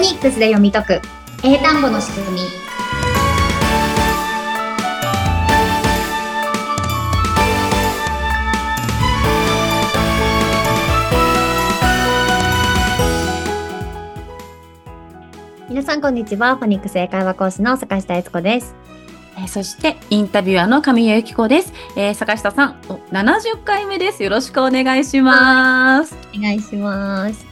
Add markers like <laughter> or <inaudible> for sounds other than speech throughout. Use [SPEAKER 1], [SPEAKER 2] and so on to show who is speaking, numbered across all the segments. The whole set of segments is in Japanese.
[SPEAKER 1] ニックスで読み解く英単語の仕組み皆さんこんにちはフォニックス英会話講師の坂下悦子です
[SPEAKER 2] えーそしてインタビュアーの神谷由紀子です、えー坂下さんお70回目ですよろしくお願いします
[SPEAKER 1] お願いします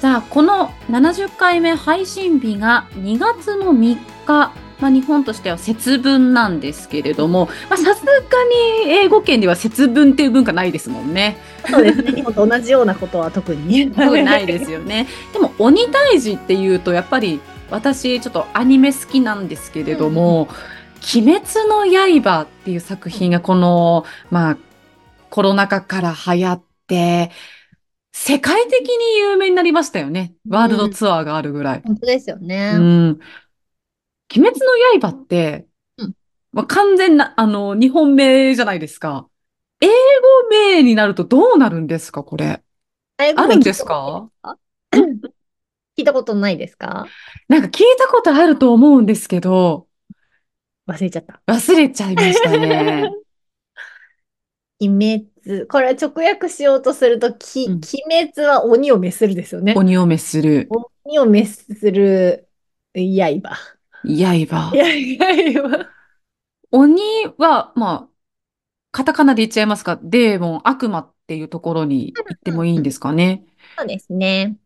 [SPEAKER 2] さあこの70回目配信日が2月の3日まあ、日本としては節分なんですけれどもまあさすがに英語圏では節分っていう文化ないですもんね。
[SPEAKER 3] そうですね。日本と同じようなことは特にね。
[SPEAKER 2] 多分ないですよ
[SPEAKER 1] <laughs>
[SPEAKER 2] ね。でも鬼退治っていうとやっぱり私ちょっとアニメ好きなんですけれども「鬼滅の刃」っていう作品がこのまあコロナ禍から流行って世界的に有名になりましたよね。ワールドツアーがあるぐらい。
[SPEAKER 1] 本当ですよ
[SPEAKER 2] う
[SPEAKER 1] ね、
[SPEAKER 2] ん。鬼滅の刃って
[SPEAKER 1] うん、
[SPEAKER 2] まあ、完全な、あの、日本名じゃないですか。英語名になるとどうなるんですか、これ。
[SPEAKER 1] 英語
[SPEAKER 2] あ
[SPEAKER 1] で
[SPEAKER 2] るん
[SPEAKER 1] 聞いた
[SPEAKER 2] ですか
[SPEAKER 1] 聞いたことないですか
[SPEAKER 2] なんか聞いたことあると思うんですけど、
[SPEAKER 3] 忘れちゃった。
[SPEAKER 2] 忘れちゃいましたね。
[SPEAKER 3] <laughs> 鬼滅。これ直訳しようとすると、き、
[SPEAKER 2] うん
[SPEAKER 3] 鬼滅は鬼を滅するですよね。
[SPEAKER 2] 鬼を召する
[SPEAKER 3] 鬼を滅する刃。
[SPEAKER 2] 刃。
[SPEAKER 3] 刃。
[SPEAKER 2] 鬼は、まあ、カタカナで言っちゃいますか、デーモン、悪魔っていうところに行ってもいいんですかね。
[SPEAKER 1] そうです
[SPEAKER 2] <laughs>
[SPEAKER 1] ね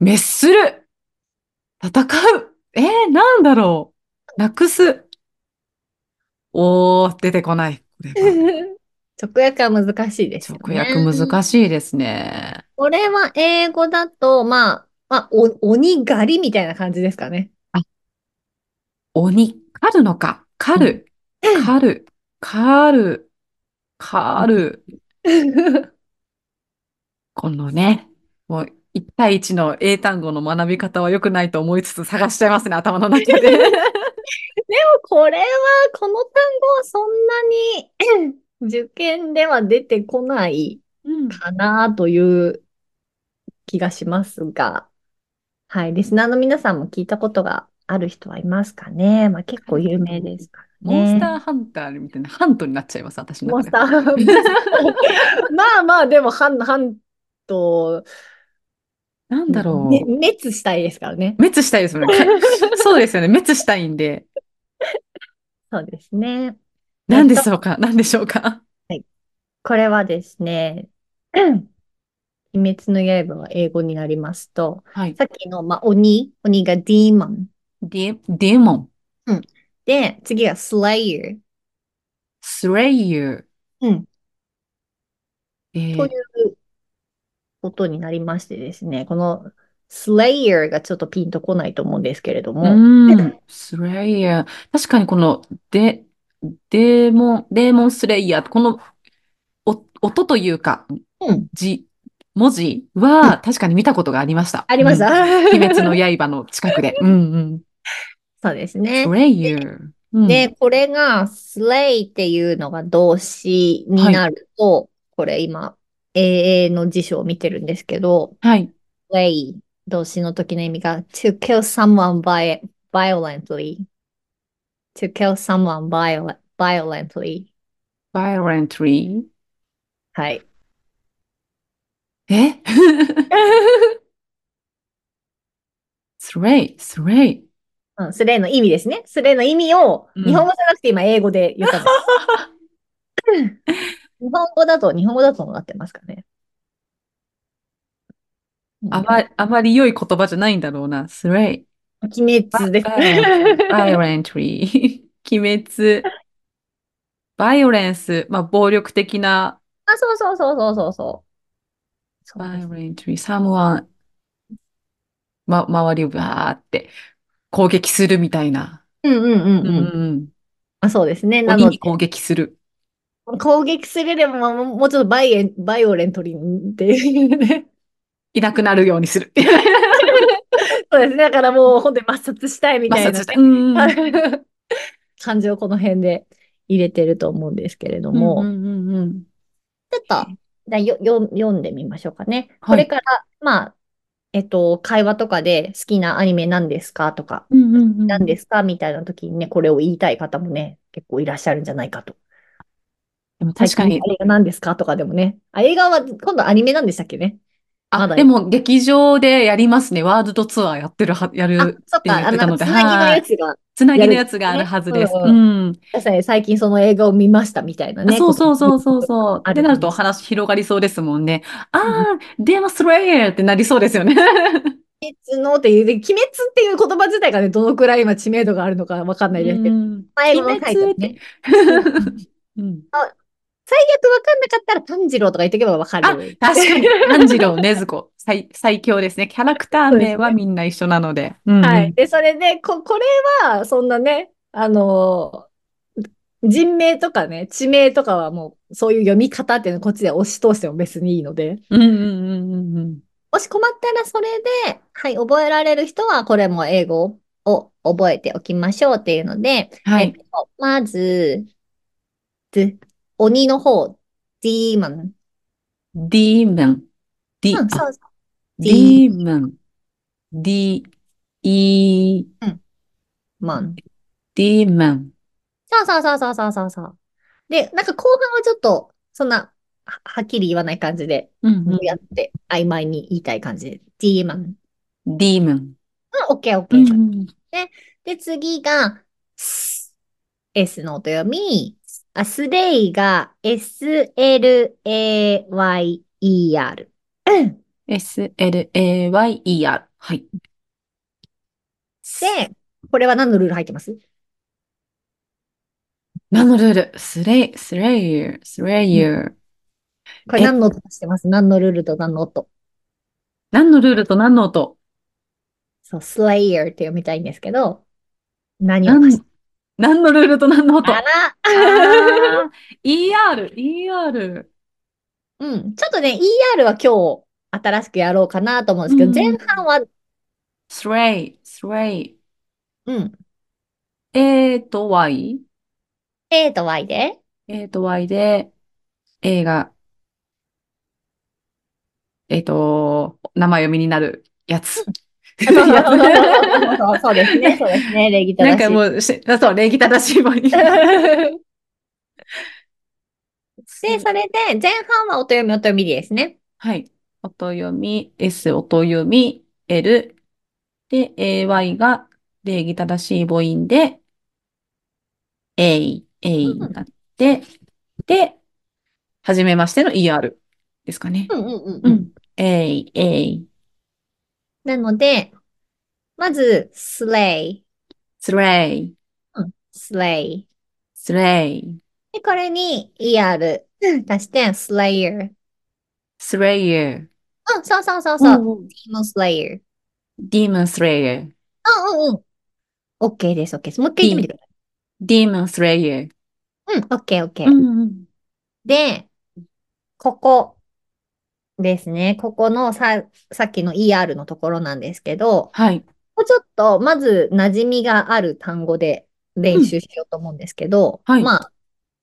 [SPEAKER 2] 滅する戦うえー、なんだろうなくすおー、出てこない。これ
[SPEAKER 3] <laughs>
[SPEAKER 2] は
[SPEAKER 3] 直訳は難しいですよ
[SPEAKER 2] 直
[SPEAKER 3] ね。
[SPEAKER 2] 訳難しいですね。
[SPEAKER 1] これは英語だと、まあ、まあ、お鬼狩りみたいな感じですか
[SPEAKER 2] <laughs>
[SPEAKER 1] ね。
[SPEAKER 2] 鬼、狩るのか狩る、狩る、狩る、狩る。このね、もう一対一の英単語の学び方は良くないと思いつつ探しちゃいますね、頭の中で。
[SPEAKER 1] これは、この単語はそんなに
[SPEAKER 3] 受験では出てこないかなという気がしますが、はい。リスナーの皆さんも聞いたことがある人はいますかね。まあ結構有名ですから
[SPEAKER 2] <laughs> モン
[SPEAKER 3] ね。
[SPEAKER 2] スターハンターみたいな、ハントになっちゃいます、私の
[SPEAKER 3] モ
[SPEAKER 2] 中
[SPEAKER 3] ン
[SPEAKER 2] で
[SPEAKER 3] スター。
[SPEAKER 2] <laughs>
[SPEAKER 3] まあまあ、でも、ハン、ハンと、
[SPEAKER 2] なんだろう。
[SPEAKER 3] ね滅したいですからね。
[SPEAKER 2] 滅したいですよね。
[SPEAKER 3] <laughs>
[SPEAKER 2] そうですよね。滅したいんで。
[SPEAKER 3] そうですね。
[SPEAKER 2] 何でしょうか何でしょうか
[SPEAKER 3] これはですね、 <clears throat> 鬼滅の刃は英語になりますと、
[SPEAKER 2] はい。
[SPEAKER 3] さっきの、まあ、鬼、鬼がディーモン。
[SPEAKER 2] デデーモン、
[SPEAKER 3] で、次がスレイヤー。
[SPEAKER 2] スレイユー。
[SPEAKER 3] うん。
[SPEAKER 2] えー
[SPEAKER 3] ということになりましてですね、このスレイヤーがちょっとピンとこないと思うんですけれども、
[SPEAKER 2] うん。スレイヤー。確かにこの、で、デーモン、デーモンスレイヤー。この、お、音というか、
[SPEAKER 3] うん
[SPEAKER 2] 字、文字は、確かに見たことがありました。
[SPEAKER 3] ありまし
[SPEAKER 2] うん
[SPEAKER 3] た。
[SPEAKER 2] 鬼滅の刃の近
[SPEAKER 3] <laughs>
[SPEAKER 2] くで。うん
[SPEAKER 3] そうです
[SPEAKER 2] う
[SPEAKER 3] ね
[SPEAKER 2] <laughs> ん。ス。レイヤー。うん
[SPEAKER 3] で、これが、スレイっていうのが動詞になると、これ今、英英の辞書を見てるんですけど、
[SPEAKER 2] はい。
[SPEAKER 3] スレイ、動詞の時の意味が、to kill someone vi- violently, to kill someone viol- violently.
[SPEAKER 2] violently.
[SPEAKER 3] はい。
[SPEAKER 2] え <laughs> スレイ、スレイ。
[SPEAKER 3] うん、スレイの意味ですね。スレイの意味を、
[SPEAKER 2] うん
[SPEAKER 3] 日本語じゃなくて今英語で言ったんです。日本語だと、日本語だとどうなってますかね。
[SPEAKER 2] あま、あまり良い言葉じゃないんだろうな。スレイ。
[SPEAKER 3] 鬼滅です。
[SPEAKER 2] violently. <laughs> 鬼滅。バイオレンス。まあ、暴力的な。
[SPEAKER 3] あ、そうそうそうそうそうそう。そうです
[SPEAKER 2] violently. someone. ま、周りをバーって攻撃するみたいな。
[SPEAKER 3] うんうんうん
[SPEAKER 2] う
[SPEAKER 3] うんん。あ、そうですね。
[SPEAKER 2] うん。
[SPEAKER 3] な
[SPEAKER 2] 鬼
[SPEAKER 3] の
[SPEAKER 2] に攻撃する。
[SPEAKER 3] 攻撃するでも、もうもうちょっとバイエン、バイオレントリンっていうね。 <laughs>
[SPEAKER 2] いなくなるようにする。
[SPEAKER 3] そうですね。だからもう本当に抹殺したいみたいな
[SPEAKER 2] 摩擦したうんうん。
[SPEAKER 3] <laughs> 感じをこの辺で入れてると思うんですけれども、
[SPEAKER 2] うんうんうんうん
[SPEAKER 3] ちょっと、じゃあよよ読んでみましょうかね。
[SPEAKER 2] は
[SPEAKER 3] こ
[SPEAKER 2] い
[SPEAKER 3] れから、まあ、えっと、会話とかで好きなアニメなんですかとか、
[SPEAKER 2] うんうんうん。
[SPEAKER 3] 何ですかみたいな時にね、これを言いたい方もね、結構いらっしゃるんじゃないかと。
[SPEAKER 2] でも確か
[SPEAKER 3] 最
[SPEAKER 2] に。
[SPEAKER 3] 近映画何ですかとかでもね。あ、映画は今度アニメなんでしたっけね。ま
[SPEAKER 2] あ、
[SPEAKER 3] だ
[SPEAKER 2] でも劇場でやりますね。ワールドツアーやってるは、や
[SPEAKER 3] あ
[SPEAKER 2] る、、
[SPEAKER 3] そっ
[SPEAKER 2] 言って
[SPEAKER 3] か、あ
[SPEAKER 2] た
[SPEAKER 3] の、
[SPEAKER 2] の
[SPEAKER 3] つ
[SPEAKER 2] で
[SPEAKER 3] なぎのやつが、
[SPEAKER 2] つなぎのやつがあるはずです。
[SPEAKER 3] や
[SPEAKER 2] う
[SPEAKER 3] るん
[SPEAKER 2] ん。
[SPEAKER 3] 確かに最近その映画を見ましたみたいな
[SPEAKER 2] あ
[SPEAKER 3] ね。
[SPEAKER 2] そうそうそうそう
[SPEAKER 3] う。
[SPEAKER 2] そう。
[SPEAKER 3] あ
[SPEAKER 2] っ
[SPEAKER 3] る
[SPEAKER 2] てなるとお話広がりそうですもんね。ああ、デマスレイってなりそうですよね。
[SPEAKER 3] 鬼滅のっていう、で鬼滅っていう言葉自体がね、どのくらい今知名度があるのかわかんないですけど。
[SPEAKER 2] うん
[SPEAKER 3] 前のタイトルね。
[SPEAKER 2] うん
[SPEAKER 3] 最悪わかんなかったら炭治郎とか言っておけばわかる。
[SPEAKER 2] 確かに、炭治郎、禰豆子、最、最強ですね。キャラクター名はみんな一緒なので。うんうん
[SPEAKER 3] はい。。で、それで、こ、これは、そんなね、あのー人名とかね、地名とかはもう、そういう読み方っていうのをこっちで押し通しても別にいいので、
[SPEAKER 2] うんうんうんうんうん。
[SPEAKER 3] もし困ったらそれで、はい、覚えられる人は、これも英語を覚えておきましょうっていうので、
[SPEAKER 2] は
[SPEAKER 3] えっ
[SPEAKER 2] い。
[SPEAKER 3] とまず、ず、鬼の方、ディーマン。
[SPEAKER 2] ディーメン。ディ、
[SPEAKER 3] うん、
[SPEAKER 2] あ
[SPEAKER 3] そうそう。
[SPEAKER 2] ディーメン。ディ、イー、
[SPEAKER 3] マン。
[SPEAKER 2] ディーメン。
[SPEAKER 3] そうそうそうそうそうそうそう。で、なんか後半はちょっと、そんな、ははっきり言わない感じで、
[SPEAKER 2] うんうん。
[SPEAKER 3] やって、曖昧に言いたい感じで。D マン。
[SPEAKER 2] ディーメン。
[SPEAKER 3] うん、オッケーオッ
[SPEAKER 2] う
[SPEAKER 3] ケー。
[SPEAKER 2] ん
[SPEAKER 3] で、次が、S。S の音読み。あ、スレイが S-L-A-Y-E-R。
[SPEAKER 2] S-L-A-Y-E-R。はい。
[SPEAKER 3] で、これは何のルール入ってます
[SPEAKER 2] 何のルールスレイ、スレイユー、スレイユー。
[SPEAKER 3] これ何の音かしてます何のルールと何の音
[SPEAKER 2] 何のルールと何の音
[SPEAKER 3] そう、スレイヤーって読みたいんですけど、何を
[SPEAKER 2] 何
[SPEAKER 3] 出して
[SPEAKER 2] 何のルールと何の音
[SPEAKER 3] あら
[SPEAKER 2] <laughs> あー ?ER、ER。
[SPEAKER 3] うん。ちょっとね、ER は今日新しくやろうかなと思うんですけど、
[SPEAKER 2] うん
[SPEAKER 3] 前半は、
[SPEAKER 2] スレイ、スレイ。
[SPEAKER 3] うん。
[SPEAKER 2] A と Y?
[SPEAKER 3] A と Y <laughs> で、
[SPEAKER 2] A と Y で、A が、えっと、名前読みになるやつ。
[SPEAKER 3] そうそうですね、そうですね、礼儀
[SPEAKER 2] な
[SPEAKER 3] 正
[SPEAKER 2] んか
[SPEAKER 3] しい。
[SPEAKER 2] もうし、そう、礼儀正しいもんに。
[SPEAKER 3] <laughs> で、それで、前半は音読み、音読みですね。
[SPEAKER 2] はい。音読み、S 音読み、L。で、AY が礼儀正しい母音で、A、A になって、で、はじめましての ER ですかね
[SPEAKER 3] う。んうんうん
[SPEAKER 2] う
[SPEAKER 3] うん
[SPEAKER 2] ん。A、A、
[SPEAKER 3] なので、まず、スレイ、
[SPEAKER 2] スレイ、
[SPEAKER 3] スレイ。
[SPEAKER 2] スレイ、
[SPEAKER 3] で、これに ER 足して、スレイヤー。
[SPEAKER 2] スレイヤー、
[SPEAKER 3] うん、そうそうそうそう。
[SPEAKER 2] そう、
[SPEAKER 3] チームスレイヤー。
[SPEAKER 2] ディーモンスレイヤー、
[SPEAKER 3] うんうんうん。OK です、OK です。もう一回言ってみてください。
[SPEAKER 2] ディーモンスレイヤー。
[SPEAKER 3] うん、OK、OK。
[SPEAKER 2] うんうん。
[SPEAKER 3] で、ここですね。ここのさ、さっきの ER のところなんですけど、
[SPEAKER 2] はい。
[SPEAKER 3] もうちょっと、まず馴染みがある単語で練習しようと思うんですけど、
[SPEAKER 2] うんはい
[SPEAKER 3] まあ、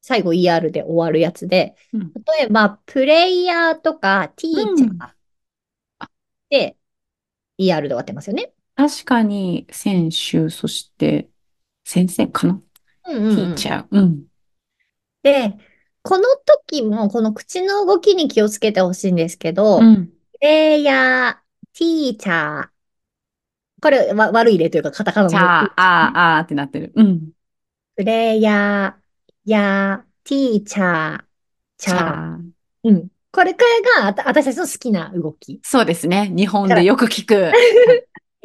[SPEAKER 3] 最後 ER で終わるやつで、
[SPEAKER 2] うん
[SPEAKER 3] 例えば、プレイヤーとかティーチャーで、ER で終わってますよね。
[SPEAKER 2] 確かに、選手、そして、先生かな
[SPEAKER 3] うん
[SPEAKER 2] テ
[SPEAKER 3] うん
[SPEAKER 2] ィ
[SPEAKER 3] うん
[SPEAKER 2] ーチャー。うん。
[SPEAKER 3] で、この時も、この口の動きに気をつけてほしいんですけど、
[SPEAKER 2] うん。
[SPEAKER 3] プレイヤー、ティーチャー。これ、わ、悪い例というか、カタカナ
[SPEAKER 2] チャー、
[SPEAKER 3] の。
[SPEAKER 2] あー、あーってなってる。うん。
[SPEAKER 3] プレイヤー、やー、ティーチャー、チ
[SPEAKER 2] チ
[SPEAKER 3] ャ
[SPEAKER 2] ャ
[SPEAKER 3] ー。
[SPEAKER 2] ー。
[SPEAKER 3] うん。これからが、あた、私たちの好きな動き。
[SPEAKER 2] そうですね。日本でよく
[SPEAKER 3] <laughs>
[SPEAKER 2] 聞く。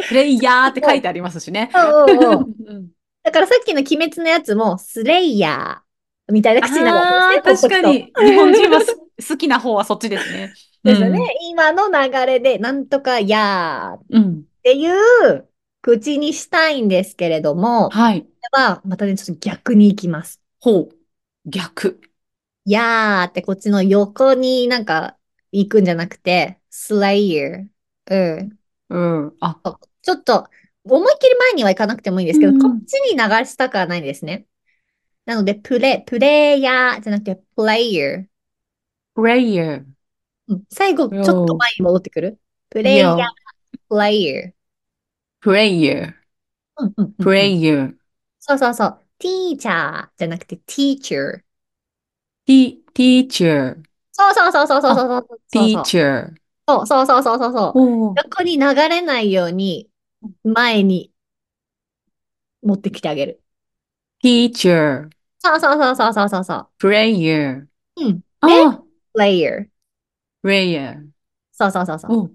[SPEAKER 2] プレイヤーって書いてありますしね。
[SPEAKER 3] おうおうおう
[SPEAKER 2] うん
[SPEAKER 3] だからさっきの鬼滅のやつも、スレイヤー、みたいな口にな
[SPEAKER 2] あ
[SPEAKER 3] る
[SPEAKER 2] ー
[SPEAKER 3] わけです
[SPEAKER 2] 確
[SPEAKER 3] ね。こ
[SPEAKER 2] かに。日本人はす好きな方はそっちですね。
[SPEAKER 3] う <laughs> ですよね。今の流れで、なんとかやーっ
[SPEAKER 2] うん。うん。
[SPEAKER 3] ていう口にしたいんですけれども、こ
[SPEAKER 2] はい。
[SPEAKER 3] れは、またね、ちょっと逆に行きます。
[SPEAKER 2] ほう。逆。
[SPEAKER 3] やーってこっちの横になんか行くんじゃなくて、スレイヤー。うん。
[SPEAKER 2] うん。あ、
[SPEAKER 3] ちょっと、思いっきり前には行かなくてもいいんですけど、
[SPEAKER 2] うん
[SPEAKER 3] こっちに流したくはないんですね。なので、プレ、プレイヤーじゃなくて、プレイヤー。
[SPEAKER 2] プレイヤー。
[SPEAKER 3] うん最後、ちょっと前に戻ってくる。プレイヤー、 player.
[SPEAKER 2] プレイヤー、
[SPEAKER 3] うんうんうん
[SPEAKER 2] プレイヤー、
[SPEAKER 3] そうそうそう。teacher じゃなくて teacher。
[SPEAKER 2] ティ、ティーチャー、
[SPEAKER 3] そうそうそうそうそうそうそうそう。
[SPEAKER 2] ティーチャー。
[SPEAKER 3] そうそうそうそうそうそう。
[SPEAKER 2] おー
[SPEAKER 3] 横に流れないように前に持ってきてあげる。
[SPEAKER 2] ティーチャー、
[SPEAKER 3] そうそうそうそうそうそうそう。
[SPEAKER 2] プレイヤー。
[SPEAKER 3] うん。
[SPEAKER 2] あー、
[SPEAKER 3] player。
[SPEAKER 2] プレイヤー。
[SPEAKER 3] そうそうそうそう。
[SPEAKER 2] おー、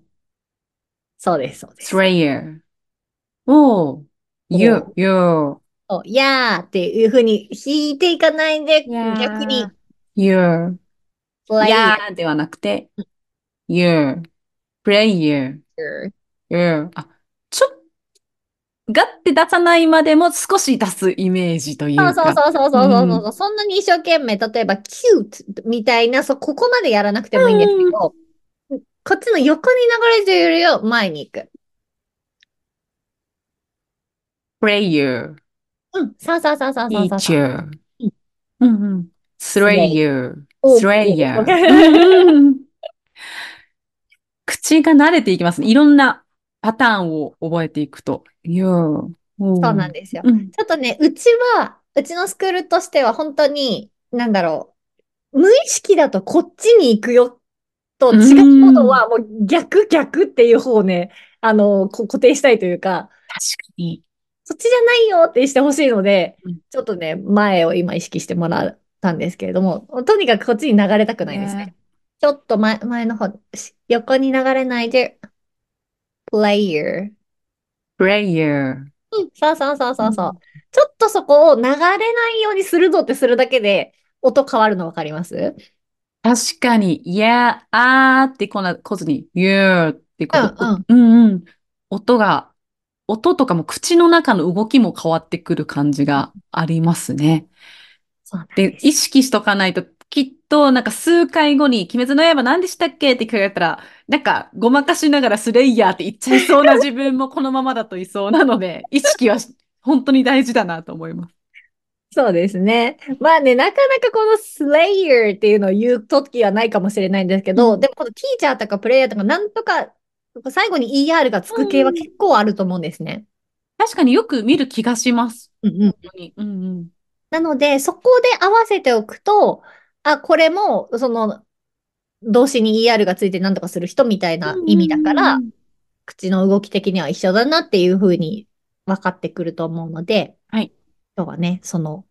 [SPEAKER 3] そうです、そうです。
[SPEAKER 2] スレイヤー。おー、ユー、ユー、
[SPEAKER 3] そう、やーっていうふうに弾いていかないで、
[SPEAKER 2] Yeah.
[SPEAKER 3] 逆に、
[SPEAKER 2] ユー。
[SPEAKER 3] player
[SPEAKER 2] やーではなくて、your, player, your. あ、ちょ、がって出さないまでも少し出すイメージという
[SPEAKER 3] そう
[SPEAKER 2] か。
[SPEAKER 3] そうそうそうそうそうそう、
[SPEAKER 2] う
[SPEAKER 3] そんなに一生懸命、例えば、cute みたいな、そ、ここまでやらなくてもいいんですけど、こっちの横に流れているより前に行く。
[SPEAKER 2] player,
[SPEAKER 3] うん、そうそうそうそうそうそう。
[SPEAKER 2] teacher,
[SPEAKER 3] うん
[SPEAKER 2] うんうん slayer,
[SPEAKER 3] お
[SPEAKER 2] slayer.
[SPEAKER 3] わか
[SPEAKER 2] うん <laughs> 口が慣れていきますね。いろんなパターンを覚えていくと。your. そう
[SPEAKER 3] そうなんですよ。
[SPEAKER 2] うん。
[SPEAKER 3] ちょっとね、うちは、うちのスクールとしては本当に、なんだろう、無意識だとこっちに行くよと違うことは、もう逆逆っていう方をね、あの、こ固定したいというか、
[SPEAKER 2] 確かに。
[SPEAKER 3] そっちじゃないよってしてほしいので
[SPEAKER 2] うん、
[SPEAKER 3] ちょっとね、前を今意識してもらったんですけれども、とにかくこっちに流れたくないですね。ちょっと前、前の方、し横に流れないで、player。
[SPEAKER 2] player.
[SPEAKER 3] うん、そうそうそうそうそう。ちょっとそこを流れないようにするぞってするだけで、音変わるのわかります
[SPEAKER 2] 確かに、いや、あーってこんな、こずに、ゆーってこと。
[SPEAKER 3] うん
[SPEAKER 2] うんうん。音が、音とかも口の中の動きも変わってくる感じがありますね。
[SPEAKER 3] そうなん
[SPEAKER 2] で、
[SPEAKER 3] です。
[SPEAKER 2] 意識しとかないと、きっと、なんか数回後に、鬼滅の刃何でしたっけって聞かれたら、なんか、ごまかしながらスレイヤーって言っちゃいそうな自分もこのままだといそうな
[SPEAKER 3] <laughs>
[SPEAKER 2] ので、意識はし本当に大事だなと思います。
[SPEAKER 3] そうですね。まあね、なかなかこのスレイヤーっていうのを言うときはないかもしれないんですけど、
[SPEAKER 2] うん
[SPEAKER 3] でもこのティーチャーとかプレイヤーとか、なんとか、最後に ER がつく系は結構あると思うんですね。
[SPEAKER 2] 確かによく見る気がします。
[SPEAKER 3] うんうん。
[SPEAKER 2] 本当に。うんうん。
[SPEAKER 3] なので、そこで合わせておくと、あ、これも、その、動詞に ER がついて何とかする人みたいな意味だから、口の動き的には一緒だなっていうふうに分かってくると思うので、
[SPEAKER 2] はい
[SPEAKER 3] 今日はね、その、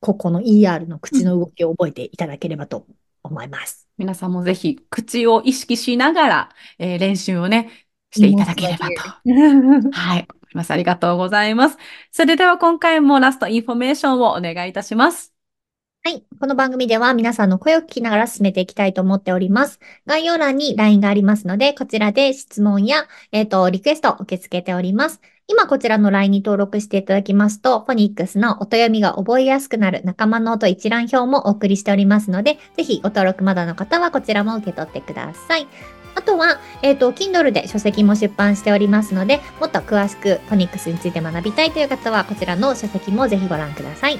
[SPEAKER 3] ここの ER の口の動きを覚えていただければと思います。
[SPEAKER 2] 皆さんもぜひ口を意識しながら、えー練習をね、していただければと。はい。思います。ありがとうございます。それでは今回もラストインフォメーションをお願いいたします。
[SPEAKER 3] はい。この番組では皆さんの声を聞きながら進めていきたいと思っております。概要欄に LINE がありますので、こちらで質問や、えっ、と、リクエストを受け付けております。今こちらの LINE に登録していただきますと、フォニックスのお読みが覚えやすくなる仲間ノート一覧表もお送りしておりますので、ぜひご登録まだの方はこちらも受け取ってください。あとは、えっ、と、Kindle で書籍も出版しておりますので、もっと詳しくフォニックスについて学びたいという方は、こちらの書籍もぜひご覧ください。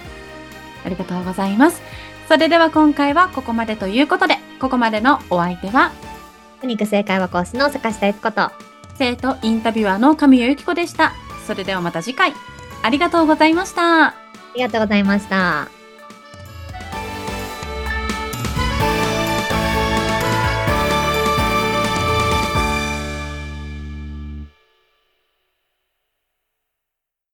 [SPEAKER 2] ありがとうございます。それでは今回はここまでということで、ここまでのお相手は、
[SPEAKER 3] フォニックス英会話講師の坂下悦子と、
[SPEAKER 2] 生徒インタビュアーの神谷由紀子でした。それではまた次回、ありがとうございました。
[SPEAKER 3] ありがとうございました。